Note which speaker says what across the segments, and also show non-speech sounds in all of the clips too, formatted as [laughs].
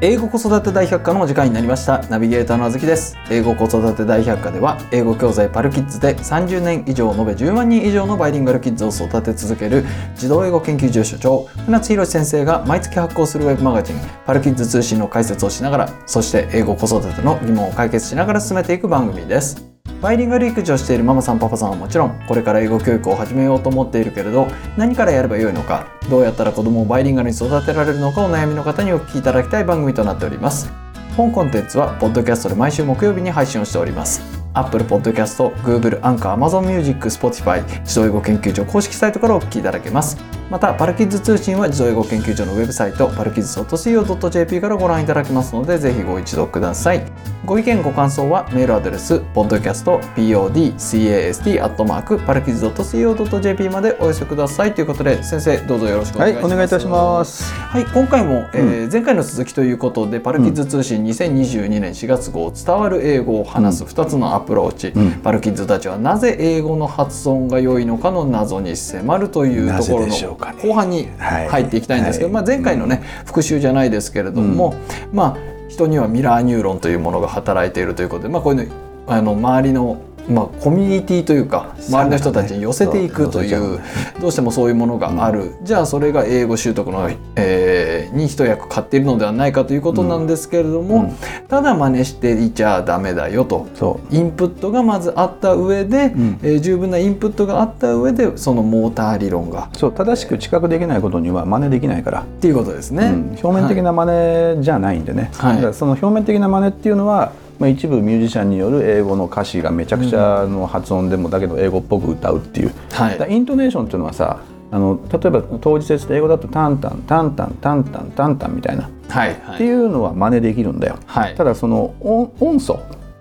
Speaker 1: 英語子育て大百科のお時間になりましたナビゲーターのあずきです英語子育て大百科では英語教材パルキッズで30年以上延べ10万人以上のバイリンガルキッズを育て続ける児童英語研究所所長船津博先生が毎月発行するウェブマガジンパルキッズ通信の解説をしながらそして英語子育ての疑問を解決しながら進めていく番組ですバイリンガル育児をしているママさんパパさんはもちろんこれから英語教育を始めようと思っているけれど何からやればよいのかどうやったら子供をバイリンガルに育てられるのかお悩みの方にお聞きいただきたい番組となっております本コンテンツはポッドキャストで毎週木曜日に配信をしております Apple Podcast、Google、Anchor、Amazon Music、Spotify 自動英語研究所公式サイトからお聞きいただけますまたパルキッズ通信は自動英語研究所のウェブサイトパルキッズ .co.jp からご覧いただけますのでぜひご一読くださいご意見ご感想はメールアドレス podcastpodcast.parkids.co.jp までお寄せくださいということで先生どうぞよろしくお
Speaker 2: は
Speaker 1: 願いし
Speaker 2: い、
Speaker 1: ます、
Speaker 2: お願いいたします。
Speaker 1: はい、今回も、えー前回の続きということで、パルキッズ通信2022年4月号伝わる英語を話す2つのアプローチ、
Speaker 2: ん
Speaker 1: パルキッズたちはなぜ英語の発音が良いのかの謎に迫るというところ
Speaker 2: なぜで
Speaker 1: の
Speaker 2: しょうかね
Speaker 1: 後半に
Speaker 2: はい
Speaker 1: 入っていきたいんですけど、
Speaker 2: は
Speaker 1: まあ、
Speaker 2: い
Speaker 1: 前回のね復習じゃないですけれども、まあ人にはミラーニューロンというものが働いているということで、まあ、こういうのあの周りのまあ、コミュニティというか周りの人たちに寄せていくとい
Speaker 2: そうだ
Speaker 1: う
Speaker 2: ね
Speaker 1: [laughs] どうしてもそういうものがある、じゃあそれが英語習得の、えーに一役買っているのではないかということなんですけれども、
Speaker 2: うんうん
Speaker 1: ただ真似していちゃダメだよと。
Speaker 2: そ
Speaker 1: インプットがまずあった上で、
Speaker 2: ん
Speaker 1: えー十分なインプットがあった上でそのモーター理論が
Speaker 2: う、そう、正しく知覚できないことには真似できないから。
Speaker 1: っていうことですね。
Speaker 2: うん、表面的
Speaker 1: はい
Speaker 2: な真似じゃないんでね。
Speaker 1: はい
Speaker 2: だからその表面的な真似っていうのは。まあ、一部ミュージシャンによる英語の歌詞がめちゃくちゃの発音でもだけど英語っぽく歌うっていう、
Speaker 1: は
Speaker 2: だから
Speaker 1: い、
Speaker 2: イントネーションっていうのはさあの例えば当時説で英語だと「タンタンタンタンタンタンタンタン」みたいな、
Speaker 1: はい、
Speaker 2: っ
Speaker 1: は
Speaker 2: てい
Speaker 1: い、
Speaker 2: うのは真似できるんだよ、
Speaker 1: はい
Speaker 2: ただその音音素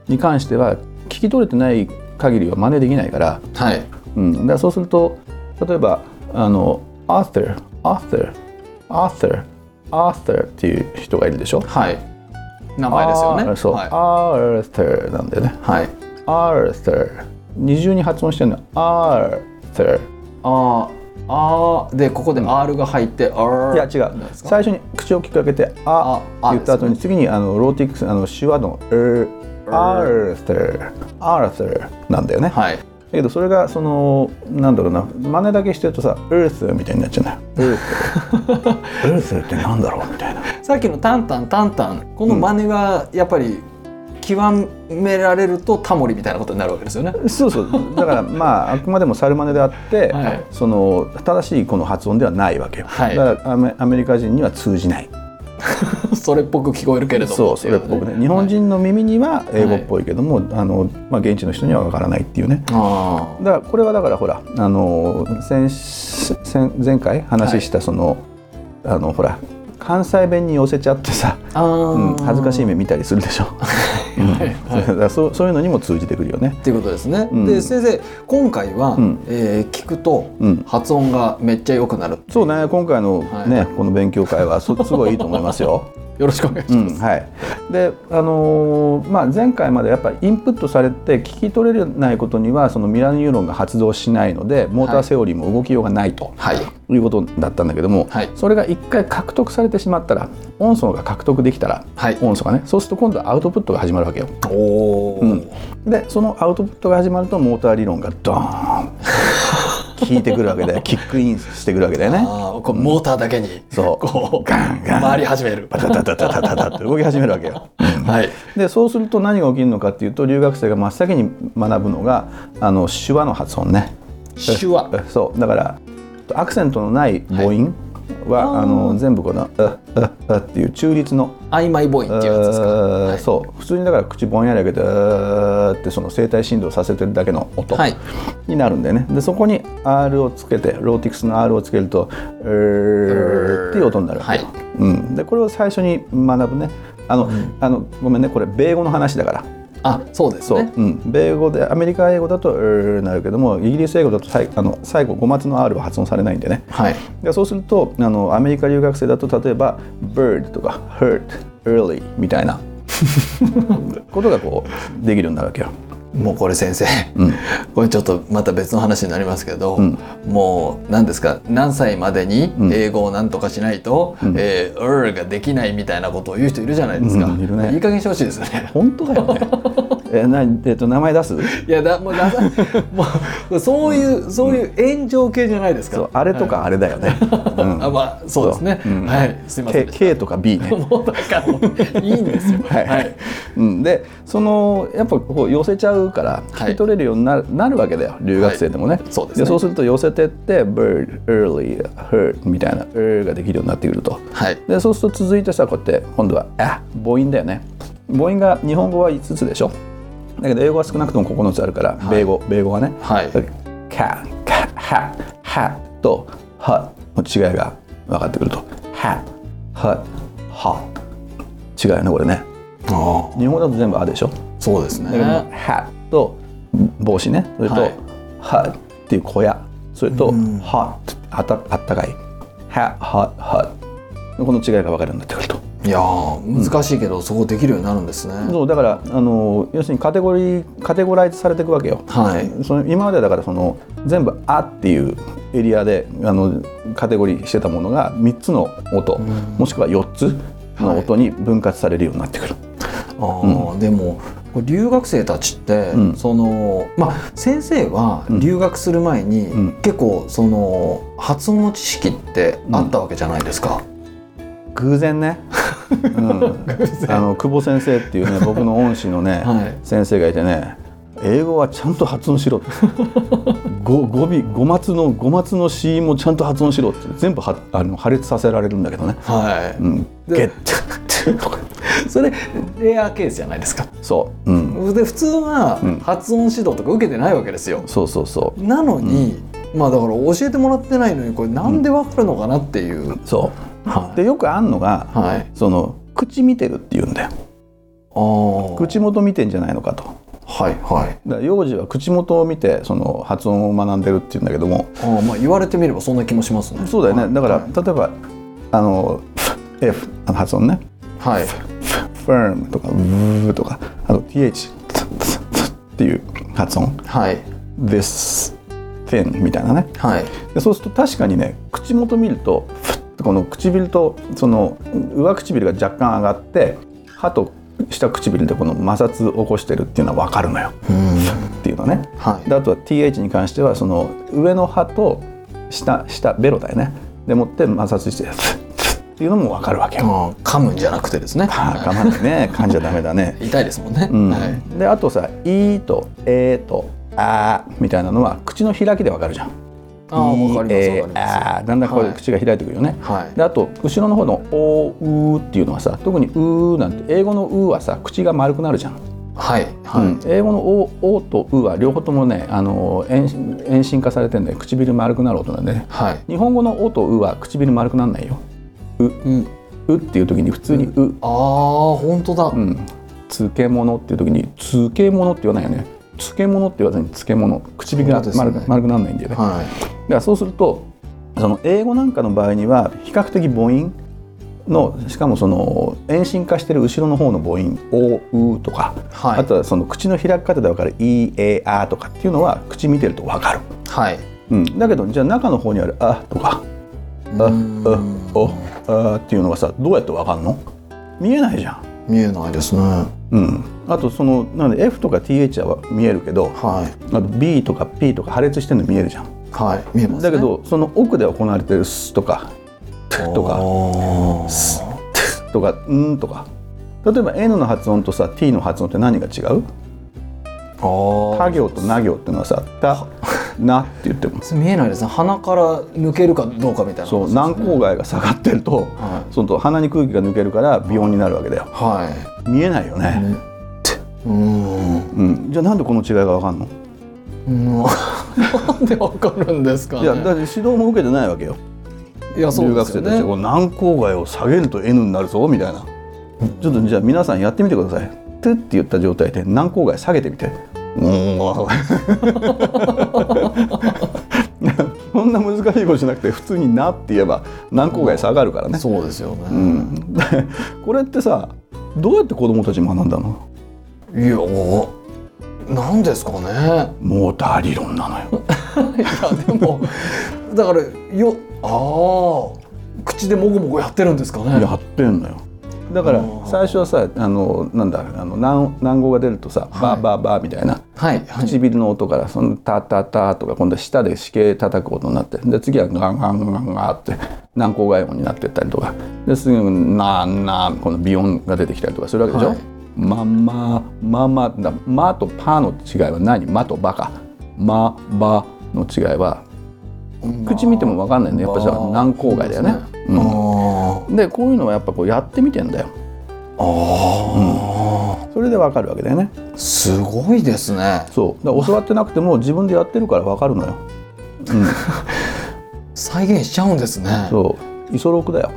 Speaker 2: に関しては聞き取れてない限りは真似できないから、
Speaker 1: はい、
Speaker 2: うん、だからそうすると例えばあのアーサーアーサーアーサーアーサーっていう人がいるでしょ
Speaker 1: はい、名前ですよ
Speaker 2: あー
Speaker 1: ね。
Speaker 2: そう、
Speaker 1: はい、
Speaker 2: アーサーなんだよね
Speaker 1: はい、
Speaker 2: アーサー二重に発音してるのアーサー
Speaker 1: あーあーでここで R が入って、あ
Speaker 2: いや違う
Speaker 1: ですか
Speaker 2: 最初に口をきっかけて「あ」
Speaker 1: あ
Speaker 2: って言った後に、
Speaker 1: です
Speaker 2: 次にあのローティックスあの手話の「er」「アーサー」「アーサー」なんだよね、
Speaker 1: はい、
Speaker 2: だけどそれがそのなんだろうな真似だけしてるとさ「エース」みたいになっちゃうね「エース」「エース」ってなんだろうみたいな
Speaker 1: さっきのタンタンタンタンこの真似がやっぱり極められるとタモリみたいなことになるわけですよ
Speaker 2: [laughs]
Speaker 1: ね。
Speaker 2: そうそうだからまああくまでも猿真似であって、
Speaker 1: はい
Speaker 2: その正しいこの発音ではないわけよ、
Speaker 1: はい
Speaker 2: だからアメアメリカ人には通じない
Speaker 1: それっぽく聞こえるけれども
Speaker 2: そう
Speaker 1: って
Speaker 2: そ
Speaker 1: い
Speaker 2: れ僕ね日本人の耳には英語っぽいけども、あのまあ、現地の人にはわからないっていうね
Speaker 1: あ
Speaker 2: だからこれはだからほらあの先先前回話したその、あのほら関西弁に寄せちゃってさ
Speaker 1: ーあー、
Speaker 2: うん、恥ずかしい
Speaker 1: っ
Speaker 2: 目見たりするでしょ。
Speaker 1: はい
Speaker 2: だからそうそういうのにも通じてくるよね。
Speaker 1: ていうことですね。
Speaker 2: うん
Speaker 1: で先生今回は、
Speaker 2: うん
Speaker 1: えー聞くと
Speaker 2: うん
Speaker 1: 発音がめっちゃ良くなる。
Speaker 2: そうね、今回の
Speaker 1: はい
Speaker 2: ね、この勉強会はそ
Speaker 1: [laughs]
Speaker 2: すごいいいと思いますよ。
Speaker 1: よろしくお願いし
Speaker 2: う
Speaker 1: ま
Speaker 2: ん、
Speaker 1: す。
Speaker 2: はい。で、あのーまあ前回までやっぱりインプットされて聞き取れないことにはそのミラーニューロンが発動しないので、モーターセオリーも動きようがないと。
Speaker 1: はい
Speaker 2: い、うことだったんだけども、
Speaker 1: はい
Speaker 2: それが一回獲得されてしまったら音素が獲得できたら、
Speaker 1: はい
Speaker 2: 音素がねそうすると今度はアウトプットが始まるわけよ。
Speaker 1: おおー、
Speaker 2: うんでそのアウトプットが始まるとモーター理論がドー
Speaker 1: [laughs]
Speaker 2: ン効いてくるわけだよキックインしてくるわけだよね
Speaker 1: あーこうモーターだけに
Speaker 2: そう
Speaker 1: こう
Speaker 2: ガンガン
Speaker 1: 回り始める。
Speaker 2: バタタタタタタタって動き始めるわけよ
Speaker 1: はい
Speaker 2: でそうすると何が起きるのかっていうと留学生が真っ先に学ぶのがあの手話の発音ね
Speaker 1: 手話
Speaker 2: えそうだからアクセントのない母音は、
Speaker 1: あー
Speaker 2: あの全部この「ううう」っていう中立の
Speaker 1: 曖昧ボインっていうやつですか。
Speaker 2: えーそう普通にだから口ぼんやり開けて「うーってその声帯振動させてるだけの音、
Speaker 1: はい
Speaker 2: になるんだよねでそこに R をつけてローティクスの R をつけると「うーっていう音になるわけよ、
Speaker 1: は
Speaker 2: うん、でこれを最初に学ぶねあの、あのごめんねこれ米語の話だから。
Speaker 1: あそうです
Speaker 2: そう
Speaker 1: ね。
Speaker 2: うん、米語でアメリカ英語だと「うーなるけどもイギリス英語だとさいあの最後5末の R は発音されないんでね
Speaker 1: はい
Speaker 2: でそうするとあのアメリカ留学生だと例えば「bird」とか「hurt」「early」みたいなことがこうできるようになるわけよ。
Speaker 1: もうこれ先生
Speaker 2: うん
Speaker 1: これちょっとまた別の話になりますけど、
Speaker 2: うん
Speaker 1: もう何ですか何歳までに
Speaker 2: うん
Speaker 1: 英語を何とかしないと「
Speaker 2: うん
Speaker 1: えー、うーができないみたいなことを言う人いるじゃないですか、
Speaker 2: うんいるね
Speaker 1: いい加減にしてほしいですよね [laughs]
Speaker 2: 本当だよ [laughs] ねえなえっと名前出す
Speaker 1: いやだもうださ [laughs] もうそういう、そういう炎上系じゃないですか、
Speaker 2: そうあれとかあれだよね、うん
Speaker 1: あ [laughs] まあそうですね、
Speaker 2: うん
Speaker 1: はいすいませ
Speaker 2: K,
Speaker 1: んでし
Speaker 2: K とか B ね
Speaker 1: たもうだからもういいんですよ
Speaker 2: はい
Speaker 1: はい
Speaker 2: うん、でそのやっぱこう寄せちゃうから
Speaker 1: はい
Speaker 2: 聞き取れるようになる,、なるわけだよ留学生でもね、
Speaker 1: そうですね
Speaker 2: そうすると寄せてって bird early hurt みたいな er ができるようになってくると
Speaker 1: はい
Speaker 2: でそうすると続いてさこうやって今度はあ母音だよね母音が日本語は5つでしょだけど英語は少なくとも9つあるから、米語米語はね、
Speaker 1: はい
Speaker 2: だからかかははとはの違いが分かってくるとははは違うよねこれね
Speaker 1: ああ
Speaker 2: 日本語だと全部「あ」でしょ
Speaker 1: そうです
Speaker 2: だけども
Speaker 1: ね
Speaker 2: 「は」と帽子ねそれと
Speaker 1: はい
Speaker 2: 「は」っていう小屋それと「は」あたあったかい「は」「は」「は」この違いが分かるようになってくると
Speaker 1: いやー難しいけど、そこできるようになるんですね
Speaker 2: そうだからあの要するにカテゴリーカテゴライズされていくわけよ
Speaker 1: はい
Speaker 2: その今まではだからその全部「あ」っていうエリアであのカテゴリーしてたものが3つの音もしくは4つの音に分割されるようになってくる、
Speaker 1: あーでもこれ留学生たちって、
Speaker 2: うん
Speaker 1: そのまあ先生は留学する前に、
Speaker 2: ん
Speaker 1: 結構その発音の知識ってあったわけじゃないですか。
Speaker 2: 偶然ね、うん、あの久保先生って [laughs] いうね僕の恩師のね、
Speaker 1: はい
Speaker 2: 先生がいてね英語はちゃんと発音しろってご語尾語末の語末の子音もちゃんと発音しろって全部はあの破裂させられるんだけどね、
Speaker 1: はい。
Speaker 2: うん、ゲッ
Speaker 1: で
Speaker 2: [laughs]
Speaker 1: それレアケースじゃないですか。
Speaker 2: そう、うん、
Speaker 1: で普通は
Speaker 2: うん
Speaker 1: 発音指導とか受けてないわけですよ。
Speaker 2: そうそうそう
Speaker 1: なのに、まあだから教えてもらってないのにこれなんでわかるのかなっていう。
Speaker 2: そう、
Speaker 1: はい
Speaker 2: でよくあんのが、
Speaker 1: はい。
Speaker 2: その口見てるって言うんだよ
Speaker 1: ああ。はい
Speaker 2: 口元見てんじゃないのかと
Speaker 1: はい。
Speaker 2: だから幼児は口元を見てその発音を学んでるって言うんだけども
Speaker 1: あーまあ言われてみればそんな気もしますね。
Speaker 2: そうだよね、だから、
Speaker 1: はい
Speaker 2: 例えばあの F あの発音ね
Speaker 1: はい。
Speaker 2: firm とか v とかあと th っていう発音
Speaker 1: はい。
Speaker 2: this thin みたいなね
Speaker 1: はい。
Speaker 2: でそうすると確かにね口元見るとこの唇とその上唇が若干上がって歯と下唇でこの摩擦を起こしてるっていうのは分かるのよっていうのね
Speaker 1: はい。
Speaker 2: であとは TH に関してはその上の歯と下下ベロだよねでもって摩擦してっていうのも分かるわけよ。
Speaker 1: あー噛むんじゃなくてですね。
Speaker 2: あー噛まないね噛んじゃダメだね。
Speaker 1: 痛いですもんね。
Speaker 2: うん
Speaker 1: はい。
Speaker 2: であとさ「い」と「え」と「あ」みたいなのは口の開きでわかるじゃん。
Speaker 1: ああ、わかります。
Speaker 2: え
Speaker 1: わかりま
Speaker 2: あーだんだんこ
Speaker 1: は
Speaker 2: れ
Speaker 1: い
Speaker 2: 口が開いてくるよね。
Speaker 1: す。はい。
Speaker 2: であと後ろの方の「お」「う」っていうのはさ特に「う」なんて英語の「う」はさ口が丸くなるじゃん。
Speaker 1: はい。
Speaker 2: う
Speaker 1: は
Speaker 2: ん英語の「お」おと「う」は両方ともねあの遠心遠心化されてんだよ唇丸くなる音なんでね
Speaker 1: い。はい。
Speaker 2: 日本語の「お」と「う」は唇丸くならないよ。
Speaker 1: うん。
Speaker 2: 「う」っていう時に普通に「う」
Speaker 1: ああ、本当だ
Speaker 2: う。ん、漬物っていう時に漬物って言わないよね漬物って言わずに漬物唇が
Speaker 1: そうですね
Speaker 2: 丸く,、丸くならないんだよね、だか
Speaker 1: はい。
Speaker 2: らそうするとその英語なんかの場合には比較的母音のしかもその遠心化してる後ろの方の母音「おう」とか、
Speaker 1: はい
Speaker 2: あとはその口の開き方で分かる「い」「え」「あ」とかっていうのは口見てると分かる、
Speaker 1: はい。
Speaker 2: うん、だけどじゃあ中の方にある「あ」とか「あ」「お」「あ」っていうのがさどうやって分かるの見えないじゃん
Speaker 1: 見えないですね。
Speaker 2: うん、あとそのなので F とか TH は見えるけど
Speaker 1: はい。
Speaker 2: あと B とか P とか破裂してるの見えるじゃん
Speaker 1: はい。見えます。
Speaker 2: だけ。どその奥で行われてる「す」とか「ととか
Speaker 1: あー
Speaker 2: 「とか「ん」とか例えば N の発音とさ T の発音って何が違う
Speaker 1: あー。
Speaker 2: 他行とな行っていうのはさ「 [laughs] た」「な」って言っても
Speaker 1: 見えないですね。鼻から抜けるかどうかみたいな。
Speaker 2: そう軟口外が下がってると、
Speaker 1: は
Speaker 2: その鼻に空気が抜けるから鼻音になるわけだよ
Speaker 1: は
Speaker 2: 見えないよ
Speaker 1: い。
Speaker 2: ね、
Speaker 1: ねうーん。
Speaker 2: うん、じゃあなんでこの違いが分かんの
Speaker 1: うん。 [laughs] なんでわかるんですか
Speaker 2: い
Speaker 1: ね。
Speaker 2: やだって指導も受けてないわけよ
Speaker 1: いやそう
Speaker 2: 留
Speaker 1: で
Speaker 2: 学
Speaker 1: すよ
Speaker 2: 生
Speaker 1: ね
Speaker 2: たちは軟口外を下げると N になるぞみたいなちょっとじゃあ皆さんやってみてください「トゥ」って言った状態で軟口外下げてみてうーんそんな難しいことしなくて普通に「な」って言えば軟口外下がるからね、
Speaker 1: そうですよね。
Speaker 2: うん、でこれってさどうやって子供たち学んだの
Speaker 1: いや、おなんですかね
Speaker 2: モーター理論なのよ
Speaker 1: いやでも [laughs] だからよああ口でもごもごやってるんですかね
Speaker 2: やってんのよだから
Speaker 1: あー
Speaker 2: 最初はさあのなんだあの軟軟語が出るとさ、
Speaker 1: はい
Speaker 2: バーバーバーみたいな
Speaker 1: はいはい
Speaker 2: 唇の音からそのタタタとか今度は舌で歯形叩く音になってで次はガンガンガンガンって軟口外音になってったりとかですぐなーなーこの鼻音が出てきたりとかするわけでしょ、
Speaker 1: はい
Speaker 2: まんまままだまとパの違いは何まとばかまばの違いは口見ても分かんないねやっぱじゃあ軟口外だよね
Speaker 1: そうで。
Speaker 2: うん
Speaker 1: あ
Speaker 2: でこういうのはやっぱこうやってみてんだよ
Speaker 1: ああ
Speaker 2: それでわかるわけだよね
Speaker 1: ーすごいですね
Speaker 2: そうだから教わってなくても自分でやってるからわかるのよ、うん、
Speaker 1: 再現しちゃうんですね
Speaker 2: そうイソロクだよ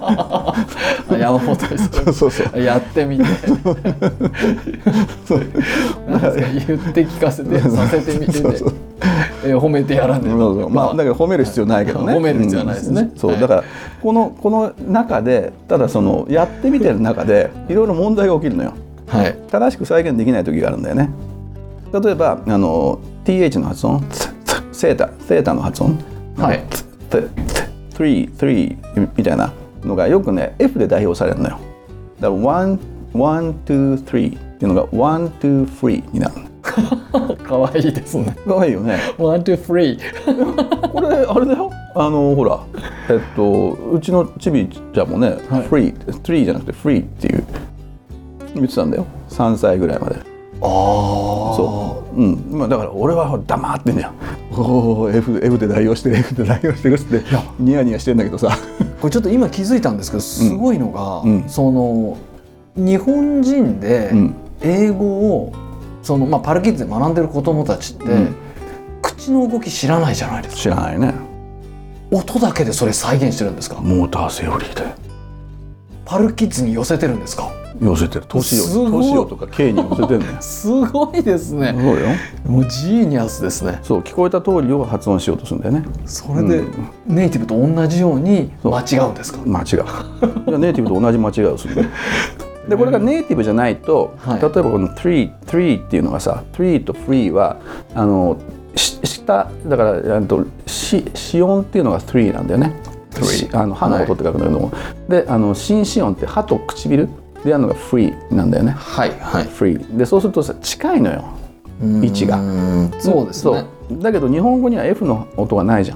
Speaker 1: あ山本です
Speaker 2: [laughs] そうそう
Speaker 1: やってみてなんですか言って聞かせてさせてみてで
Speaker 2: そうそう
Speaker 1: えー褒めてやらね
Speaker 2: そうそうまあだから褒める必要ないけどね
Speaker 1: 褒める必要はないですね
Speaker 2: うんそう
Speaker 1: はい
Speaker 2: だからこのこの中でただそのやってみてる中でいろいろ問題が起きるのよ
Speaker 1: はい
Speaker 2: 正しく再現できない時があるんだよね例えばあの TH の発音つつセータセータの発音
Speaker 1: はい
Speaker 2: てて3 3みたいなのがよくね F で代表されるのよだから123っていうのが123になるの
Speaker 1: 可愛いですね
Speaker 2: かわいいよね
Speaker 1: ワンツーフリー
Speaker 2: これあれだよあのほらえっとうちのチビちゃんもね「
Speaker 1: はい
Speaker 2: free」「free」じゃなくて「free」っていう言ってたんだよ3歳ぐらいまで
Speaker 1: ああ
Speaker 2: そううんまあだから俺は黙ってんじゃんおお F, F で代用して F で代用してるっつってニヤニヤしてんだけどさ
Speaker 1: これちょっと今気づいたんですけどすごいのが、
Speaker 2: うん
Speaker 1: その日本人で
Speaker 2: うん
Speaker 1: 英語をその、まあ、パルキッズで学んでる子供たちって、
Speaker 2: うん
Speaker 1: 口の動き知らないじゃないですか
Speaker 2: 知らないね
Speaker 1: 音だけでそれ再現してるんですか
Speaker 2: モーターセオリーで
Speaker 1: パルキッズに寄せてるんですか
Speaker 2: 寄せてる年
Speaker 1: すご
Speaker 2: を
Speaker 1: い
Speaker 2: 年をとか K に寄せてる [laughs] のよ
Speaker 1: すごいですね
Speaker 2: そうよ
Speaker 1: もうジーニアスですね
Speaker 2: そう聞こえた通りを発音しようとするんだよね
Speaker 1: それで
Speaker 2: うん
Speaker 1: ネイティブと同じように
Speaker 2: そう
Speaker 1: 間違うんですか
Speaker 2: 間違うネイティブと同じ間違いをす
Speaker 1: [laughs]
Speaker 2: るねでこれがネイティブじゃないと、
Speaker 1: はい
Speaker 2: 例えばこの「three」「three」っていうのがさ「three」と「free」はあのし下だからえっとし子音っていうのが「three」なんだよね。
Speaker 1: three
Speaker 2: しあの歯の音って書くんだけども、であの新子音って歯と唇でやるのが「free」なんだよね。
Speaker 1: はいはい
Speaker 2: free でそうするとさ近いのよ位置が。
Speaker 1: うんそうですね
Speaker 2: そうだけど日本語には F の音がないじゃ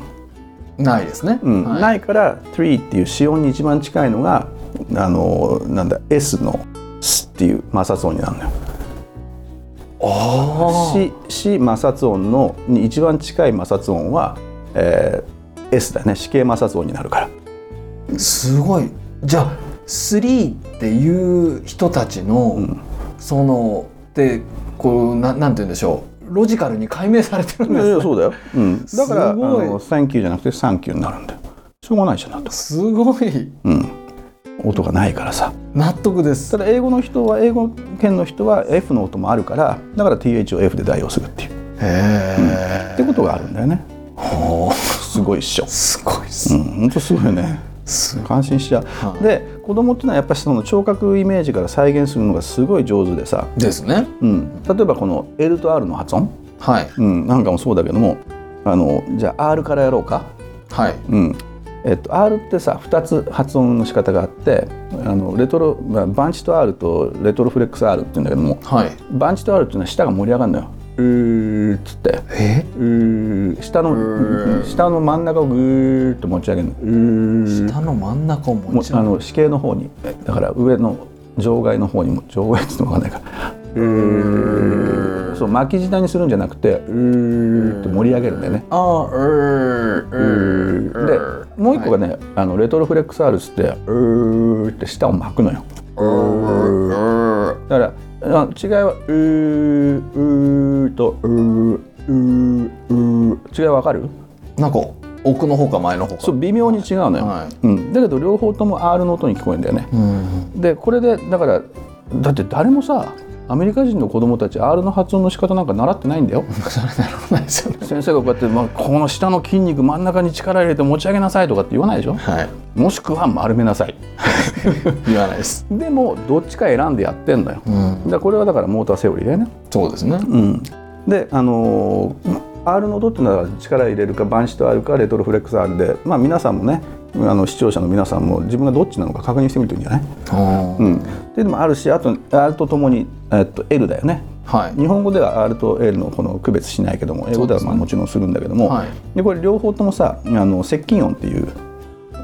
Speaker 2: ん。
Speaker 1: ないですね、
Speaker 2: うん
Speaker 1: はい
Speaker 2: ないから「three」っていう子音に一番近いのがあのなんだ S の「S」っていう摩擦音になるのよ。
Speaker 1: あ
Speaker 2: しし摩擦音のに一番近い摩擦音は、えー S だね死形摩擦音になるから
Speaker 1: あすごいじゃあ3っていう人たちの、
Speaker 2: ん
Speaker 1: そのでこうななんて言うんでしょうロジカルに解明されてるんで
Speaker 2: いや
Speaker 1: す
Speaker 2: いやそうだよ、うん、だから「あ
Speaker 1: すごい
Speaker 2: の Thank you」じゃなくて「Thank you」になるんだよしょうがないじゃんだって、
Speaker 1: すごい
Speaker 2: うん、音がないからさ
Speaker 1: 納得です
Speaker 2: ただ英語の人は英語圏の人は F の音もあるからだから TH を F で代用するっていう
Speaker 1: へえ
Speaker 2: ってことがあるんだよね
Speaker 1: ほう
Speaker 2: すごいっしょ
Speaker 1: すごいっ
Speaker 2: う
Speaker 1: す、
Speaker 2: んほんとすごいよね
Speaker 1: す
Speaker 2: 感心しちゃう、
Speaker 1: はい
Speaker 2: で子供ってのはやっぱりその聴覚イメージから再現するのがすごい上手でさ、
Speaker 1: ですね
Speaker 2: うん、例えばこの L と R の発音、
Speaker 1: はい
Speaker 2: うん、なんかもそうだけどもあのじゃあ R からやろうか、
Speaker 1: はい
Speaker 2: うんえっと、R ってさ2つ発音の仕方があってあのレトロ、まあ、バンチと R とレトロフレックス R って言うんだけども
Speaker 1: はい
Speaker 2: バンチと R っていうのは舌が盛り上がるのようーっつって
Speaker 1: え
Speaker 2: うー下の下の真ん中をぐーっと持ち上げるのうー
Speaker 1: 下の真ん中を
Speaker 2: も
Speaker 1: 持
Speaker 2: う
Speaker 1: ち
Speaker 2: あ
Speaker 1: 上げ
Speaker 2: の死形の方にえだから上の場外の方にも場外って言ってもわかんないからそう巻き舌にするんじゃなくてうーって盛り上げるんだよね。
Speaker 1: ああうーうー
Speaker 2: でもう一個がね、あのレトロフレックスアルスってうーって舌を巻くのよ。だからあ違いはうーうーとうーうーうー違いわかる
Speaker 1: なんか奥の方か前の方か
Speaker 2: そう微妙に違うのよ、
Speaker 1: はい
Speaker 2: うん、だけど両方とも R の音に聞こえるんだよね。
Speaker 1: うん
Speaker 2: でこれでだからだって誰もさアメリカ人の子供たち R の発音の仕方なんか習ってないんだよ [laughs]
Speaker 1: それならないですよね。
Speaker 2: 先生がこうやって、まあ、この下の筋肉真ん中に力入れて持ち上げなさいとかって言わないでしょ
Speaker 1: はい。
Speaker 2: もしくは丸めなさい
Speaker 1: 言わないです。
Speaker 2: でもどっちか選んでやってんのよ
Speaker 1: うん。
Speaker 2: だからこれはだからモーターセオリーだよね
Speaker 1: そうですね。
Speaker 2: うんであのー R の音っていうのは力入れるかバンシと R かレトロフレックス R でまあ皆さんもねあの視聴者の皆さんも自分がどっちなのか確認してみるといいんじゃない、
Speaker 1: は
Speaker 2: うん、っていうのもあるしあと R とともに、えっと、L だよね
Speaker 1: い。
Speaker 2: 日本語では R と L のこの区別しないけども英語ではまあもちろんするんだけども、
Speaker 1: はい
Speaker 2: でこれ両方ともさあの接近音っていう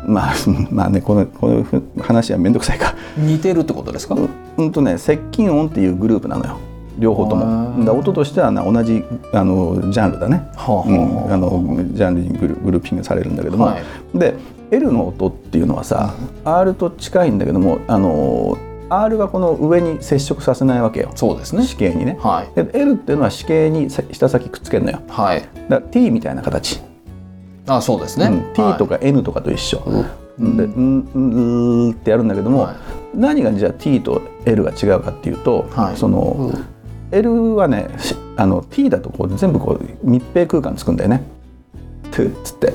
Speaker 2: まあ [laughs] まあねこのこの話は面倒くさいか
Speaker 1: 似てるってことですか。
Speaker 2: うんとね接近音っていうグループなのよ両方と
Speaker 1: へ
Speaker 2: も
Speaker 1: ー
Speaker 2: だ音としてはな同じあのジャンルだね、
Speaker 1: はあはあ
Speaker 2: うん、あのジャンルにグルグルーピングされるんだけども、
Speaker 1: はい
Speaker 2: で L の音っていうのはさ R と近いんだけどもあの R はこの上に接触させないわけよ
Speaker 1: そうですね。
Speaker 2: 死刑にね、
Speaker 1: はい。
Speaker 2: で L っていうのは死刑にさ下先くっつけるのよ
Speaker 1: はい。
Speaker 2: だから T みたいな形、
Speaker 1: あ、そうですね。
Speaker 2: うん T と
Speaker 1: か。
Speaker 2: か N とかと一緒、
Speaker 1: うん
Speaker 2: で「うんうんうーってやるんだけども、
Speaker 1: はい
Speaker 2: 何がじゃあ T と L が違うかっていうと、
Speaker 1: はい
Speaker 2: その、L はねしあの T だとこう全部こう密閉空間つくんだよね。トゥっつってト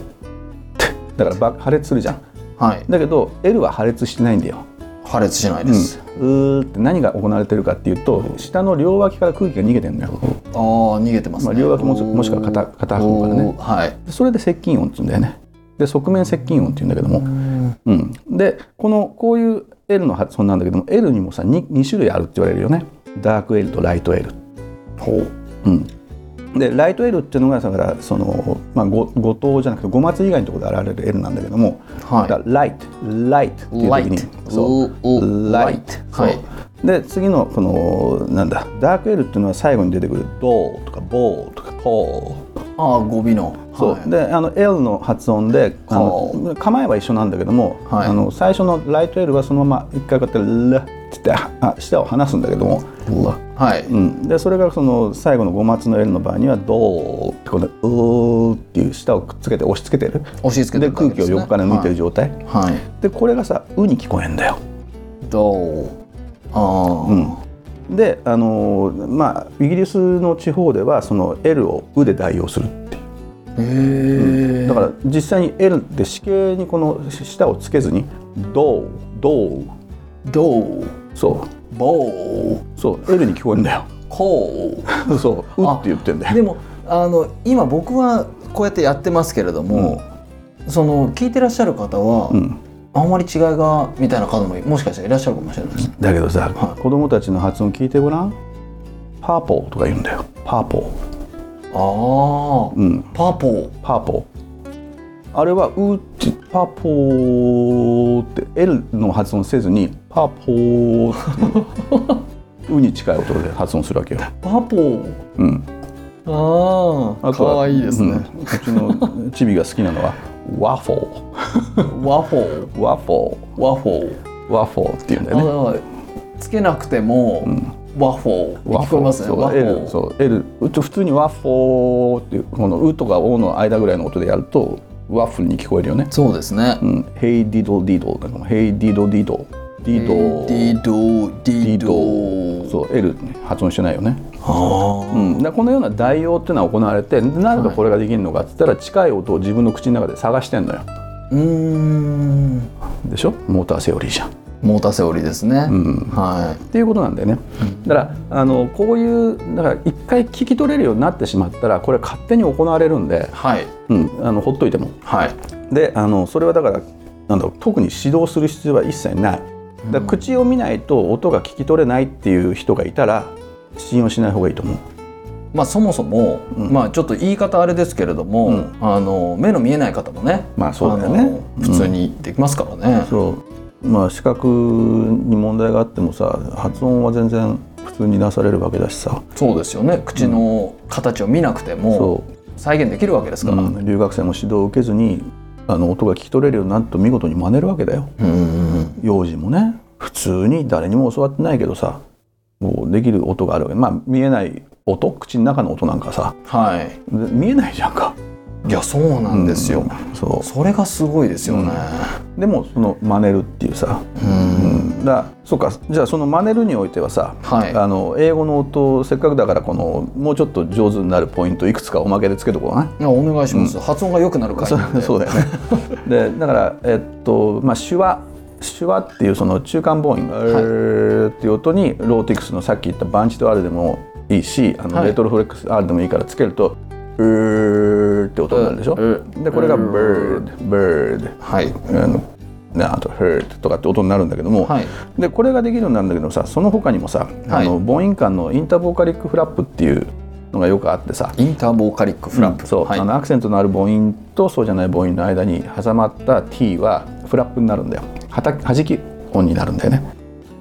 Speaker 2: ゥだからば破裂するじゃん
Speaker 1: はい。
Speaker 2: だけど L は破裂してないんだよ。
Speaker 1: 破裂しないです。
Speaker 2: うん、うーって何が行われてるかっていうと下の両脇から空気が逃げてるの
Speaker 1: あ
Speaker 2: よ。
Speaker 1: あ、逃げてます
Speaker 2: まあ、
Speaker 1: ね。
Speaker 2: 両脇もしもしくは片片方からね
Speaker 1: おー。はい。
Speaker 2: それで接近音って言うんだよねで側面接近音って言うんだけども、うん、でこのこういう L の発音なんだけども L にもさ 2, 2種類あるって言われるよねダーク L とライト L、
Speaker 1: ほう。
Speaker 2: うん、でライト L っていうのがだからその、まあ、ご五島じゃなくて五松以外のところで現れる L なんだけども、
Speaker 1: はい
Speaker 2: だからライトライトっていう時に
Speaker 1: Light お
Speaker 2: そう
Speaker 1: お
Speaker 2: ライ
Speaker 1: Light
Speaker 2: ト、
Speaker 1: はい
Speaker 2: そうで次のこのなんだダーク L っていうのは最後に出てくるドーとかボーとかコー
Speaker 1: ああ、語尾の。
Speaker 2: そう、
Speaker 1: はい
Speaker 2: であの L の発音であの構えは一緒なんだけども、
Speaker 1: はい
Speaker 2: あの最初のライト L はそのまま一回こうやって「ル」って言ってあ舌を離すんだけども、
Speaker 1: はい。
Speaker 2: うん、でそれがその最後の五末の L の場合には「ドー」ってこの「うー」っていう舌をくっつけて押し付けてる
Speaker 1: 押し付けて
Speaker 2: で
Speaker 1: るだけ
Speaker 2: 空
Speaker 1: です
Speaker 2: 気を
Speaker 1: ね
Speaker 2: 横から抜いてる状態、
Speaker 1: はい。はい
Speaker 2: でこれがさ「う」に聞こえんだよ。
Speaker 1: どう。ああ。
Speaker 2: うん、であのーまあイギリスの地方ではその L を「う」で代用するっていう
Speaker 1: へえ。
Speaker 2: だから実際に L って死刑にこの舌をつけずに「ドウ」「ドウ
Speaker 1: どう。」
Speaker 2: そ
Speaker 1: ぼう。
Speaker 2: うそう L に聞こえるん
Speaker 1: [laughs]
Speaker 2: だよ
Speaker 1: こう。
Speaker 2: そう「う」
Speaker 1: あ
Speaker 2: って言ってんだよ
Speaker 1: でもあの今僕はこうやってやってますけれども、その聞いてらっしゃる方は、
Speaker 2: うん
Speaker 1: あんまり違いがみたいな方ももしかしたらいらっしゃるかもしれないですね。
Speaker 2: だけどさ、
Speaker 1: はい
Speaker 2: 子供たちの発音聞いてごらん「パーポー」とか言うんだよ「パーポー
Speaker 1: ああ」、
Speaker 2: うん
Speaker 1: パポ
Speaker 2: 「パーポー」あれは「う」って「パーポー」って L の発音せずに「パーポー」
Speaker 1: [laughs]
Speaker 2: っていううに近い音で発音するわけよ、
Speaker 1: パポ
Speaker 2: うん、
Speaker 1: ああ
Speaker 2: あとは
Speaker 1: 可愛いですね。
Speaker 2: うんうちのチビが好きなのはワッフォ
Speaker 1: ワフォー
Speaker 2: ー、ワッフォー、
Speaker 1: ワフォー。
Speaker 2: ワッフォーっていうんだ
Speaker 1: あ
Speaker 2: よね。
Speaker 1: のつけなくても、ワフォー
Speaker 2: ワッ
Speaker 1: 聞
Speaker 2: フ
Speaker 1: こえ
Speaker 2: ォー
Speaker 1: ますね。
Speaker 2: そ
Speaker 1: ワ
Speaker 2: う
Speaker 1: フ
Speaker 2: L
Speaker 1: ォー。
Speaker 2: そう L うち普通にワッフォーっていうこのうとかおの間ぐらいの音でやるとワッフルに聞こえるよね。
Speaker 1: そうですね
Speaker 2: う。ん、ヘイディドディドだからヘイディドディドディド
Speaker 1: ディドデ
Speaker 2: ディ
Speaker 1: ィド。
Speaker 2: ドそう L 発音してないよね。
Speaker 1: あ
Speaker 2: うん、だからこのような代用っていうのは行われてなぜかこれができるのかっつったら近い音を自分の口の中で探してんのよ。
Speaker 1: あ。うーん。
Speaker 2: でしょ？モーターセオリーじゃん。
Speaker 1: モーターセオリーですね。
Speaker 2: ん
Speaker 1: は
Speaker 2: っていうことなんだよね。だからあのこういうだから一回聞き取れるようになってしまったらこれ勝手に行われるんで
Speaker 1: い。、はい。
Speaker 2: うん、あのほっといても。
Speaker 1: はい。
Speaker 2: であのそれはだからなんだろう特に指導する必要は一切ない。だから口を見ないと音が聞き取れないっていう人がいたら信用しない方がいいと思う。
Speaker 1: まあ、そもそも、まあ、ちょっと言い方あれですけれども、
Speaker 2: うん
Speaker 1: あの、目の見えない方もね。
Speaker 2: まあそうだよね
Speaker 1: あの普通にできますからね。
Speaker 2: そうまあ視覚に問題があってもさ発音は全然普通に出されるわけだしさ、
Speaker 1: そうですよね。口の形を見なくても
Speaker 2: そ、
Speaker 1: 再現できるわけですから。
Speaker 2: うん、留学生も指導を受けずにあの音が聞き取れるようになると見事に真似るわけだよ。
Speaker 1: うん
Speaker 2: 幼児もね普通に誰にも教わってないけどさもうできる音があるわけまあ見えない音口の中の音なんかさ
Speaker 1: はい。
Speaker 2: で見えないじゃんか
Speaker 1: いやそうなんですよ、
Speaker 2: うんそ
Speaker 1: それがすごいですよね
Speaker 2: うでもその真似るっていうさ、
Speaker 1: うん、
Speaker 2: うん、だそうかじゃあその真似るにおいてはさ、
Speaker 1: はい
Speaker 2: あの英語の音をせっかくだからこのもうちょっと上手になるポイントいくつかおまけでつけとこうね。
Speaker 1: いやお願いします、発音が良くなるから
Speaker 2: そう [laughs] そうだ
Speaker 1: [laughs]
Speaker 2: よね。でだからえっとまあ手話手話っていうその中間母音が、えーっていう音にローティクスのさっき言ったバンチと R でもいいしあの、
Speaker 1: はい
Speaker 2: レトロフレックス R でもいいからつけるとうーって音になるでしょ。
Speaker 1: うん
Speaker 2: でこれが
Speaker 1: うん
Speaker 2: bird bird
Speaker 1: はい
Speaker 2: あのねあと hurt とかって音になるんだけども、
Speaker 1: はい
Speaker 2: でこれができるようになるんだけどさその他にもさ、
Speaker 1: はい
Speaker 2: あの母音間のインターボーカリックフラップっていうのがよくあってさ
Speaker 1: インターボーカリックフラップ、
Speaker 2: そう、
Speaker 1: はい
Speaker 2: あのアクセントのある母音とそうじゃない母音の間に挟まった t はフラップになるんだよはた弾き音になるんだよね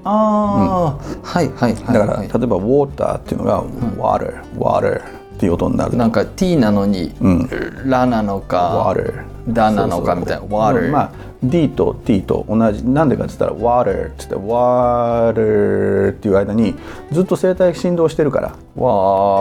Speaker 1: ああ、はいはいは
Speaker 2: だ
Speaker 1: い
Speaker 2: から、
Speaker 1: はい
Speaker 2: 例えば water っていうのが water、water っていう音になる
Speaker 1: なんか T なのに、
Speaker 2: ん
Speaker 1: ラなのか
Speaker 2: water
Speaker 1: ダなのかみたいな water、
Speaker 2: うんまあ D と T と同じなんでかって言ったら water って言って water っていう間にずっと声帯振動してるから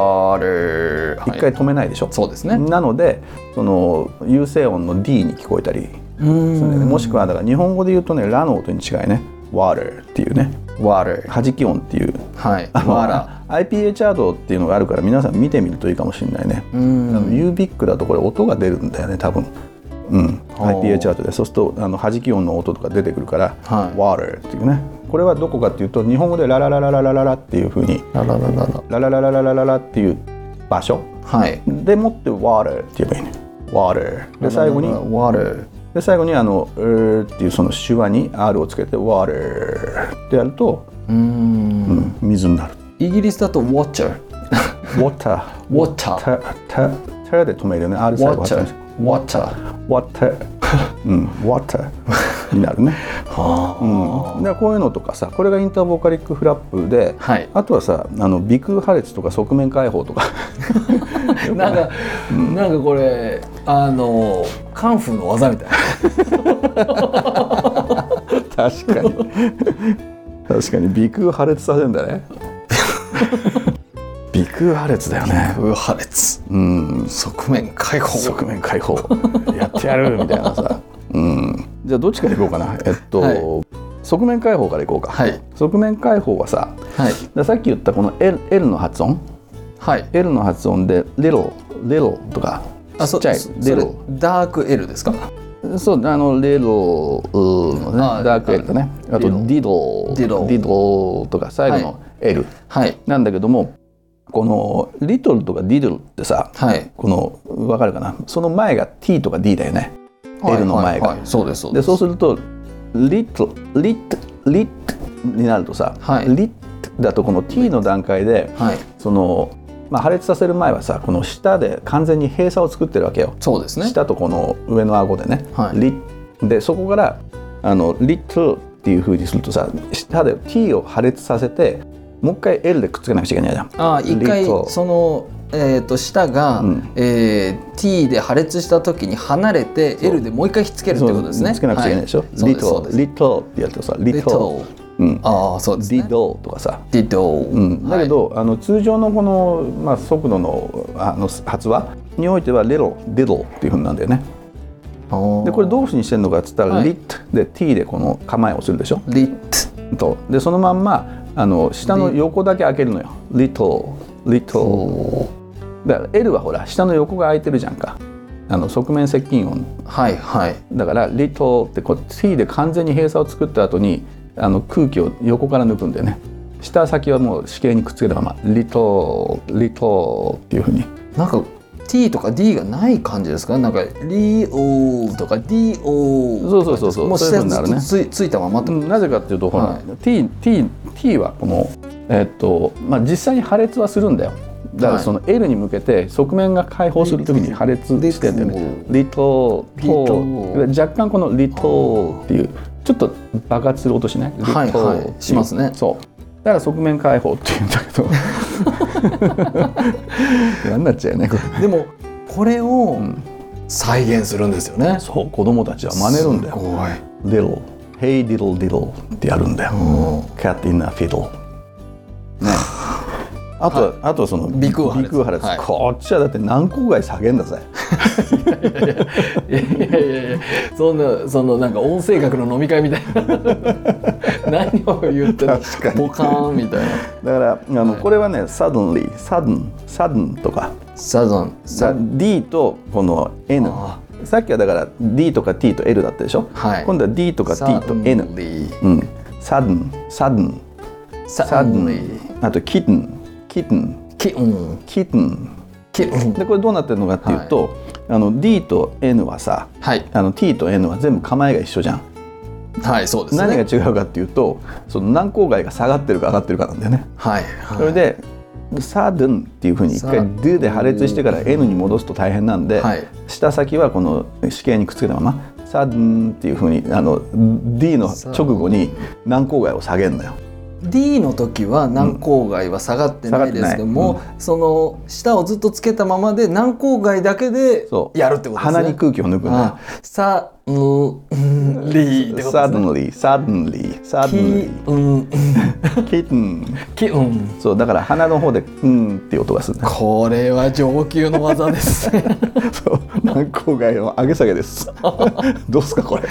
Speaker 1: water
Speaker 2: 一回止めないでしょ、
Speaker 1: そうですね
Speaker 2: なのでその有声音の D に聞こえたり
Speaker 1: うー
Speaker 2: す
Speaker 1: ん
Speaker 2: るんだよねもしくはだから日本語で言うとねラの音に違いね water っていうね
Speaker 1: water
Speaker 2: 弾き音っていう
Speaker 1: はい
Speaker 2: あの
Speaker 1: water
Speaker 2: IPA チャートっていうのがあるから皆さん見てみるといいかもしれないね
Speaker 1: う
Speaker 2: あ
Speaker 1: ん
Speaker 2: の UBIC だとこれ音が出るんだよね多分うん
Speaker 1: あー
Speaker 2: IPA チャートでそうするとあの弾き音の音とか出てくるから
Speaker 1: はい
Speaker 2: water っていうねこれはどこかっていうと日本語でララララララララっていうふうに
Speaker 1: ラララララ
Speaker 2: ララララララララっていう場所
Speaker 1: はい
Speaker 2: でもって water って言えばいいね water で最後に
Speaker 1: water
Speaker 2: で最後にあの「う」っていうその手話に「r」をつけて「water」ってやると、
Speaker 1: うーん
Speaker 2: うん、水に [laughs] なる
Speaker 1: イギリスだと watcher
Speaker 2: 「water」「
Speaker 1: water
Speaker 2: た」「た」「た」で止めるよね「r」最後
Speaker 1: water water
Speaker 2: 「water」うん「water」に [laughs] なるね、
Speaker 1: は
Speaker 2: うん、でこういうのとかさこれがインターボーカリックフラップで、
Speaker 1: あはい
Speaker 2: あとはさあの鼻腔破裂とか側面解放とか
Speaker 1: なんか、なんかこれあのカンフーの技みたいな
Speaker 2: 確かに [laughs] 確かに鼻腔破裂させるんだ [laughs] ね鼻腔破裂だよね
Speaker 1: 風破裂
Speaker 2: うん
Speaker 1: 側面解放
Speaker 2: [laughs] 側面解放やってやるみたいなさ、うん、じゃあどっちからいこうかなえっと、
Speaker 1: はい
Speaker 2: 側面解放からいこうか、
Speaker 1: はい
Speaker 2: 側面解放はさ
Speaker 1: はい
Speaker 2: ださっき言ったこの L, L の発音
Speaker 1: はい
Speaker 2: L の発音で little little とか
Speaker 1: あ
Speaker 2: ち
Speaker 1: そ
Speaker 2: っちゃい
Speaker 1: そそれ
Speaker 2: little
Speaker 1: ダーク L ですか
Speaker 2: そうあの little の
Speaker 1: あ
Speaker 2: ねダーク L だねあと diddle
Speaker 1: diddle
Speaker 2: diddle とか最後の L
Speaker 1: はい
Speaker 2: なんだけどもこの little とか diddle ってさ
Speaker 1: はい
Speaker 2: この分かるかなその前が T とか D だよね L の前
Speaker 1: はいは
Speaker 2: が
Speaker 1: いはいそうですそう
Speaker 2: で
Speaker 1: です
Speaker 2: そうすると「リット」「リット」「リット」になるとさ「
Speaker 1: はい
Speaker 2: リット」だとこの T の段階で
Speaker 1: はい
Speaker 2: その、まあ、破裂させる前はさこの舌で完全に閉鎖を作ってるわけよ、
Speaker 1: そうですね
Speaker 2: 舌とこの上の顎でね「
Speaker 1: はい
Speaker 2: リット」でそこからあの「リット」っていうふうにするとさ舌で T を破裂させてもう一回 L でくっつけなくちゃいけないじゃん。
Speaker 1: ああ一回
Speaker 2: little
Speaker 1: そのえー、と舌が、
Speaker 2: うん
Speaker 1: えー T で破裂した時に離れて L でもう一回ひっつけるってことですね
Speaker 2: そうつけなくちゃいけないでしょ。
Speaker 1: はい、
Speaker 2: リ
Speaker 1: そう
Speaker 2: ッ
Speaker 1: ですそう
Speaker 2: ト
Speaker 1: で、す
Speaker 2: リットってやるとさ、リット、
Speaker 1: little
Speaker 2: うん、
Speaker 1: ああそうです
Speaker 2: リ
Speaker 1: ね
Speaker 2: ドとかさ、
Speaker 1: little、
Speaker 2: うん、だけど、あの通常のこの、まあ、速度のあの発話においては「little」「diddle」っていうふうになるんだよね。
Speaker 1: はい、
Speaker 2: でこれどういうふうにしてるのかっつったら「
Speaker 1: はい
Speaker 2: lit」で「t」でこの構えをするでしょ。
Speaker 1: リッ
Speaker 2: とでそのまんまあの下の横だけ開けるのよ。little little
Speaker 1: ト
Speaker 2: だから L はほら下の横が開いてるじゃんか。あの側面接近音
Speaker 1: はいはい
Speaker 2: だから「little」ってこう t で完全に閉鎖を作った後にあの空気を横から抜くんだよね下先はもう死形にくっつけたまま「little」「little」っていうふうに
Speaker 1: なんか T とか D がない感じですかなんかリオとか D オ
Speaker 2: そうそうそうそう
Speaker 1: もう
Speaker 2: そうい
Speaker 1: 下
Speaker 2: うふうに
Speaker 1: ず
Speaker 2: な
Speaker 1: っ
Speaker 2: るね
Speaker 1: とついついたままって
Speaker 2: う
Speaker 1: こと
Speaker 2: んなぜかっていうとほら、
Speaker 1: はい
Speaker 2: t, t, t はこのえっとまあ実際に破裂はするんだよだからその L に向けて側面が解放するときに破裂してんだよね「little」
Speaker 1: little
Speaker 2: 「若干この「little」っていうちょっと爆発する音しない
Speaker 1: はいはい
Speaker 2: little ってう
Speaker 1: しますね
Speaker 2: そうだから側面解放っていうんだけど [laughs] 嫌になっちゃうよねこれ
Speaker 1: [laughs] でもこれを再現するんですよね、
Speaker 2: そう子供たちは真似るんだよ
Speaker 1: すごい
Speaker 2: 「little」「
Speaker 1: [laughs]
Speaker 2: hey little little」ってやるんだよ「cat in a fiddle」ねあとは、あとはその
Speaker 1: 鼻腔破裂
Speaker 2: 鼻裂
Speaker 1: はい
Speaker 2: こっちはだって軟口外下げんだぜ
Speaker 1: [laughs] いやいやいやいやそんなそのなんか音声学の飲み会みたいな [laughs] 何を言ってるの
Speaker 2: 確かに
Speaker 1: ボカーンみたいな
Speaker 2: だからあの、これはね suddenly sudden sudden とか
Speaker 1: サザン
Speaker 2: さ D とこの N
Speaker 1: あ
Speaker 2: さっきはだから D とか T と L だったでしょ、
Speaker 1: はい
Speaker 2: 今度は D とか T と N うん、sudden sudden
Speaker 1: サダン
Speaker 2: suddenly あと kitten kitten
Speaker 1: キウン
Speaker 2: kitten
Speaker 1: キウン
Speaker 2: でこれどうなってるのかっていうと、あの D と N はさ
Speaker 1: はい
Speaker 2: あの T と N は全部構えが一緒じゃん、
Speaker 1: はいそうですね
Speaker 2: 何が違うかっていうとその軟口外が下がってるか上がってるかなんだよね
Speaker 1: はい
Speaker 2: そ
Speaker 1: は
Speaker 2: れで「サドゥン」っていうふうに一回
Speaker 1: さあ
Speaker 2: 「ドゥ」で破裂してから N に戻すと大変なんで、
Speaker 1: はい
Speaker 2: 下先はこの死刑にくっつけたまま「サドゥン」っていうふうにあの D の直後に軟口外を下げるのよ。
Speaker 1: い D の時は軟口外は下がってないですけど
Speaker 2: 下が
Speaker 1: も、その舌をずっとつけたままで軟口外だけで
Speaker 2: そう
Speaker 1: やるってことですね
Speaker 2: 鼻に空気を抜くのよ
Speaker 1: あ。サウンリーってこと
Speaker 2: サ
Speaker 1: です
Speaker 2: ド
Speaker 1: ね
Speaker 2: ンリー、サドンリー、サド
Speaker 1: キ
Speaker 2: ンリ
Speaker 1: ウン
Speaker 2: ー、キッン。
Speaker 1: キウン
Speaker 2: そう、だから鼻の方で、うんっていう音が
Speaker 1: [laughs]
Speaker 2: するんだ。
Speaker 1: これは上級の技 [laughs] ですね
Speaker 2: そう、軟口外の上げ下げです。 [laughs] どうすか、これ。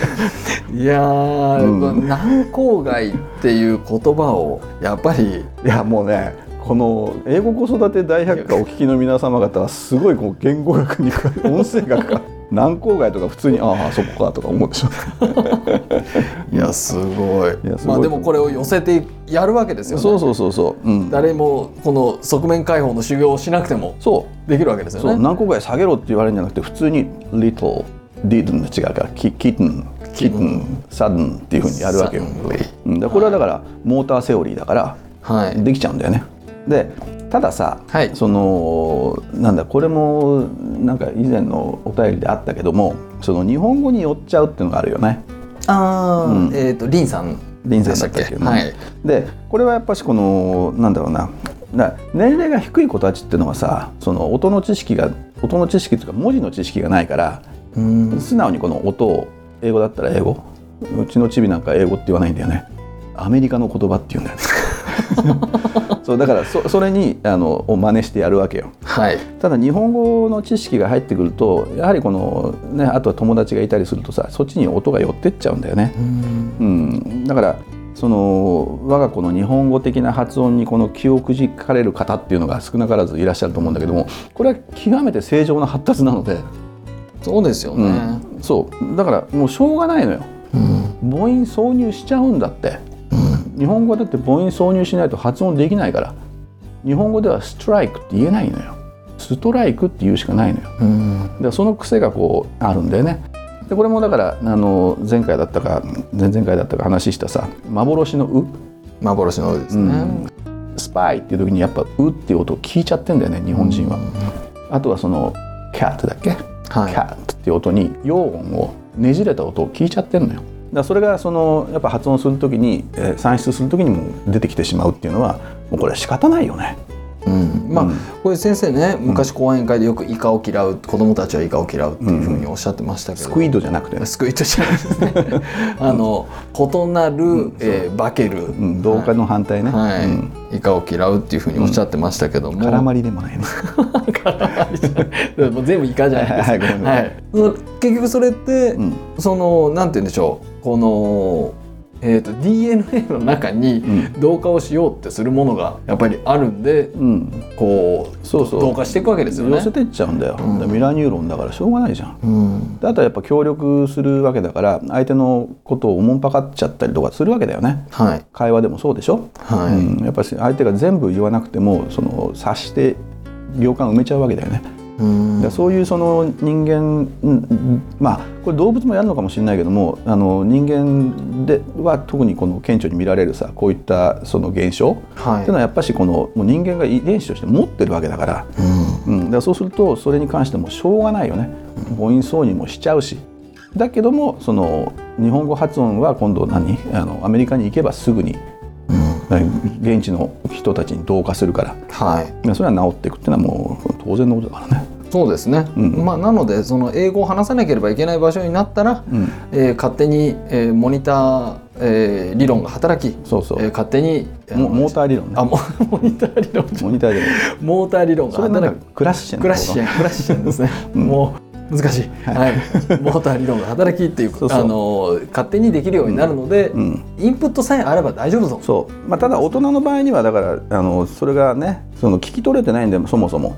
Speaker 1: いやー、
Speaker 2: うん
Speaker 1: この軟口外っていう言葉をやっぱり
Speaker 2: いやもうねこの英語子育て大百科お聞きの皆様方はすごいこう言語学に音声学が [laughs] 難航外とか普通にああそこかとか思うでしょ
Speaker 1: [laughs] いやすごい
Speaker 2: いやすごい
Speaker 1: まあでもこれを寄せてやるわけですよね
Speaker 2: [laughs] そうそうそうそう、うん、
Speaker 1: 誰もこの側面解放の修行をしなくても
Speaker 2: そう
Speaker 1: できるわけです
Speaker 2: そう
Speaker 1: よね
Speaker 2: 難航外下げろって言われるんじゃなくて普通に little didn't 違うからキ kitten kitten sudden っていうふうにやるわけよ、
Speaker 1: Suddenly
Speaker 2: うん、だからこれはだからモーターセオリーだから
Speaker 1: はい
Speaker 2: できちゃうんだよね。でたださ、
Speaker 1: はい
Speaker 2: そのなんだこれもなんか以前のお便りであったけどもその日本語に寄っちゃうっていうのがあるよね。
Speaker 1: ああ、
Speaker 2: うん
Speaker 1: えっ、とリンさん
Speaker 2: リンさんだったっけ
Speaker 1: でしたっけはい
Speaker 2: でこれはやっぱしこのなんだろうなな年齢が低い子たちっていうのはさその音の知識が音の知識というか文字の知識がないから
Speaker 1: うん
Speaker 2: 素直にこの音を英語だったら英語うちのチビなんか英語って言わないんだよねアメリカの言葉って言うんだよ
Speaker 1: [laughs]
Speaker 2: ねそうだからそそれにあのを真似してやるわけよ
Speaker 1: はい
Speaker 2: ただ日本語の知識が入ってくるとやはりこの、ね、あとは友達がいたりするとさそっちに音が寄ってっちゃうんだよね、
Speaker 1: うん
Speaker 2: うん、だからその我が子の日本語的な発音にこの気をくじかれる方っていうのが少なからずいらっしゃると思うんだけどもこれは極めて正常な発達なので、
Speaker 1: そうですよ
Speaker 2: う
Speaker 1: ね、
Speaker 2: ん、そうだからもうしょうがないのよ
Speaker 1: うん
Speaker 2: 母音挿入しちゃうんだって
Speaker 1: うん
Speaker 2: 日本語はだって母音挿入しないと発音できないから日本語ではストライクって言えないのよストライクって言うしかないのよ
Speaker 1: うん
Speaker 2: でその癖がこうあるんだよねでこれもだからあの前回だったか前々回だったか話したさ幻の「う」
Speaker 1: 幻のですね、
Speaker 2: うんスパイっていう時にやっぱ「う」っていう音を聞いちゃってんだよね日本人は、あとはその「キャット」だっけ、
Speaker 1: はい
Speaker 2: キャットっていう音に陽音をねじれた音を聞いちゃってんのよだからそれがそのやっぱ発音する時に、えー算出する時にもう出てきてしまうっていうのはもうこれは仕方ないよね
Speaker 1: うんまあ、
Speaker 2: うん
Speaker 1: これ先生ね昔講演会でよくイカを嫌う子供たちはイカを嫌うっていうふうにおっしゃってましたけど、
Speaker 2: スクイードじゃなくてね、
Speaker 1: スクイットじゃないですね
Speaker 2: [laughs]
Speaker 1: あの異なる、えー化ける、
Speaker 2: うん、同化の反対ね、
Speaker 1: はい
Speaker 2: うん
Speaker 1: イカを嫌うっていうふうにおっしゃってましたけども、
Speaker 2: 絡まりでもないね
Speaker 1: もう [laughs] 全部イカじゃないです
Speaker 2: はいごめんごめん
Speaker 1: はいその結局それって、
Speaker 2: うん
Speaker 1: そのなんて言うんでしょうこの、えー、と DNA の中に
Speaker 2: う
Speaker 1: 同化をしようってするものがやっぱりあるんで、
Speaker 2: うん
Speaker 1: こう
Speaker 2: そうそう
Speaker 1: 同化していくわけですよね
Speaker 2: 寄せ。てっちゃうんだよ、
Speaker 1: うん
Speaker 2: だからミラーニューロンだからしょうがないじゃん
Speaker 1: うん
Speaker 2: であとはやっぱ協力するわけだから相手のことをおもんぱかっちゃったりとかするわけだよね
Speaker 1: はい
Speaker 2: 会話でもそうでしょ、
Speaker 1: はい、
Speaker 2: うん、やっぱり相手が全部言わなくてもその察して行間埋めちゃうわけだよね、
Speaker 1: うん
Speaker 2: だからそういうその人間、うんまあこれ動物もやるのかもしれないけどもあの人間では特にこの顕著に見られるさこういったその現象
Speaker 1: はい
Speaker 2: っていうのはやっぱしこのもう人間が遺伝子として持ってるわけだから、
Speaker 1: うん
Speaker 2: うん、だからそうするとそれに関してもしょうがないよね母音挿入もしちゃうしだけどもその日本語発音は今度何あのアメリカに行けばすぐに何現地の人たちに同化するから
Speaker 1: はい、
Speaker 2: いやそれは治っていくっていうのはもう当然のことだからね。
Speaker 1: そうですね、
Speaker 2: うん
Speaker 1: まあ、なのでその英語を話さなければいけない場所になったら、
Speaker 2: うん、
Speaker 1: えー勝手に、えーモニター、えー理論が働き、
Speaker 2: そうそう、
Speaker 1: えー勝手にってあの
Speaker 2: モモーター理論ね
Speaker 1: あモ [laughs] モニター理論
Speaker 2: モニター理論
Speaker 1: モーター理論が
Speaker 2: それなん
Speaker 1: な
Speaker 2: か
Speaker 1: んか
Speaker 2: クラッシェン
Speaker 1: クラッシ
Speaker 2: ン
Speaker 1: ェンクラッシェンですね、
Speaker 2: うん
Speaker 1: もう難しい、はいモーター理論が働きっていう
Speaker 2: そうそう
Speaker 1: あの勝手にできるようになるので、
Speaker 2: うん
Speaker 1: インプットさえあれば大丈夫ぞ
Speaker 2: そうまあ、ただ大人の場合にはだからあのそれがねその聞き取れてないんでそもそも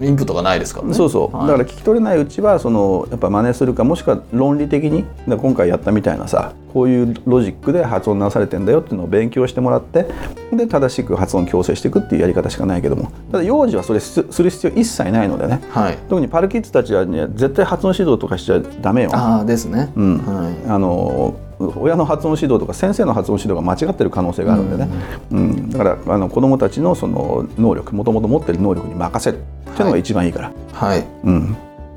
Speaker 1: インプットがないですからね
Speaker 2: そうそう、
Speaker 1: はい
Speaker 2: だから聞き取れないうちはそのやっぱ真似するかもしくは論理的にだから今回やったみたいなさこういうロジックで発音なされてんだよっていうのを勉強してもらってで正しく発音矯正していくっていうやり方しかないけどもただ幼児はそれすする必要一切ないのでね
Speaker 1: はい
Speaker 2: 特にパルキッズたちは、ね、絶対発音指導とかしちゃダメよ。
Speaker 1: ああですね、
Speaker 2: うん
Speaker 1: はい
Speaker 2: あの親の発音指導とか先生の発音指導が間違ってる可能性があるんでね、うんだからあの子どもたちのその能力もともと持ってる能力に任せるっていうのが一番いいから。
Speaker 1: はい
Speaker 2: うん、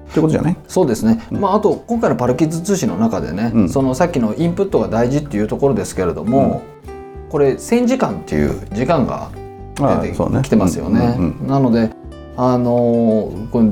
Speaker 2: ってことじゃない
Speaker 1: そうですね、まあ、あと今回のパルキッズ通信の中でね、
Speaker 2: うん
Speaker 1: そのさっきのインプットが大事っていうところですけれども、これ1000時間っていう時間が
Speaker 2: ああ
Speaker 1: 出て
Speaker 2: そうね
Speaker 1: きてますよね。
Speaker 2: うんうん
Speaker 1: なのであのーこれ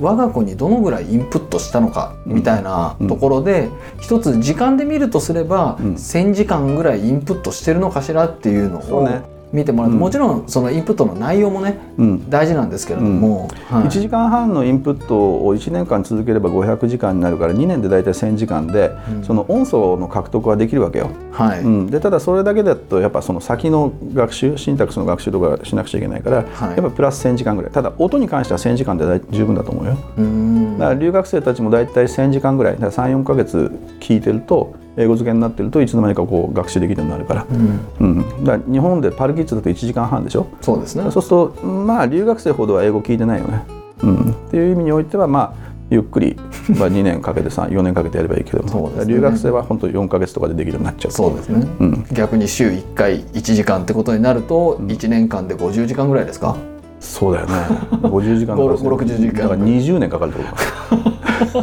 Speaker 1: 我が子にどのぐらいインプットしたのかみたいなところで、一つ時間で見るとすれば、
Speaker 2: うん
Speaker 1: 1,000時間ぐらいインプットしてるのかしらっていうの
Speaker 2: そう
Speaker 1: を
Speaker 2: ね
Speaker 1: 見てもらって、
Speaker 2: うん
Speaker 1: もちろんそのインプットの内容もね
Speaker 2: うん
Speaker 1: 大事なんですけれども、はい
Speaker 2: 1時間半のインプットを1年間続ければ500時間になるから2年で大体1,000時間で、
Speaker 1: うん
Speaker 2: その音素の獲得はできるわけよ。
Speaker 1: はい
Speaker 2: うん、でただそれだけだとやっぱその先の学習シンタクスの学習とかしなくちゃいけないから、
Speaker 1: はい
Speaker 2: やっぱプラス1,000時間ぐらいただ音に関しては1,000時間で大十分だと思うよ。
Speaker 1: うーん
Speaker 2: だから留学生たちも大体1,000時間ぐらい34か月聞いてると英語付けになってるといつの間にかこう学習できるようになるから,、
Speaker 1: うん
Speaker 2: うん、だから日本でパルキッズだと1時間半でしょ
Speaker 1: そうですね
Speaker 2: そうするとまあ留学生ほどは英語聞いてないよね、うん、っていう意味においてはまあゆっくり、まあ、2年かけて4年かけてやればいいけども
Speaker 1: そうですね
Speaker 2: 留学生は本当4か月とかでできるようになっちゃう
Speaker 1: そうですね、
Speaker 2: うん
Speaker 1: 逆に週1回1時間ってことになると1年間で50時間ぐらいですか、
Speaker 2: そうだよね50時間
Speaker 1: 5 60時間
Speaker 2: だから20年かかるって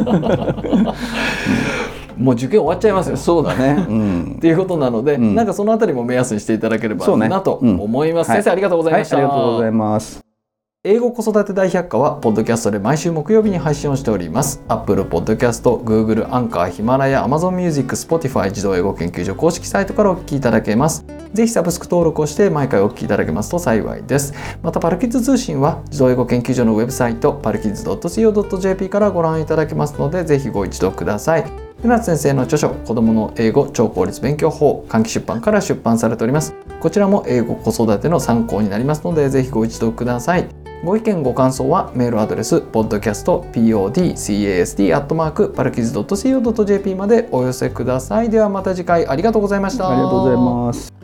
Speaker 2: ことか
Speaker 1: もう受験終わっちゃいますよそうだね
Speaker 2: うん
Speaker 1: っていうことなので、
Speaker 2: ん
Speaker 1: なんかそのあたりも目安にしていただければ
Speaker 2: そうね
Speaker 1: なと
Speaker 2: うん
Speaker 1: 思います、
Speaker 2: はい
Speaker 1: 先生ありがとうござい
Speaker 2: はい
Speaker 1: ま
Speaker 2: あり
Speaker 1: した、
Speaker 2: がとうございます
Speaker 1: 英語子育て大百科はポッドキャストで毎週木曜日に配信をしております Apple Podcast、Google、アンカー、ヒマラヤ、Amazon Music、Spotify 児童英語研究所公式サイトからお聞きいただけますぜひサブスク登録をして毎回お聞きいただけますと幸いですまたパルキッズ通信は児童英語研究所のウェブサイトパルキッズ .co.jp からご覧いただけますのでぜひご一読ください船津先生の著書子供の英語超効率勉強法換気出版から出版されておりますこちらも英語子育ての参考になりますのでぜひご一読くださいご意見ご感想はメールアドレス podcastpodcast.co.jp までお寄せくださいではまた次回ありがとうございました
Speaker 2: ありがとうございます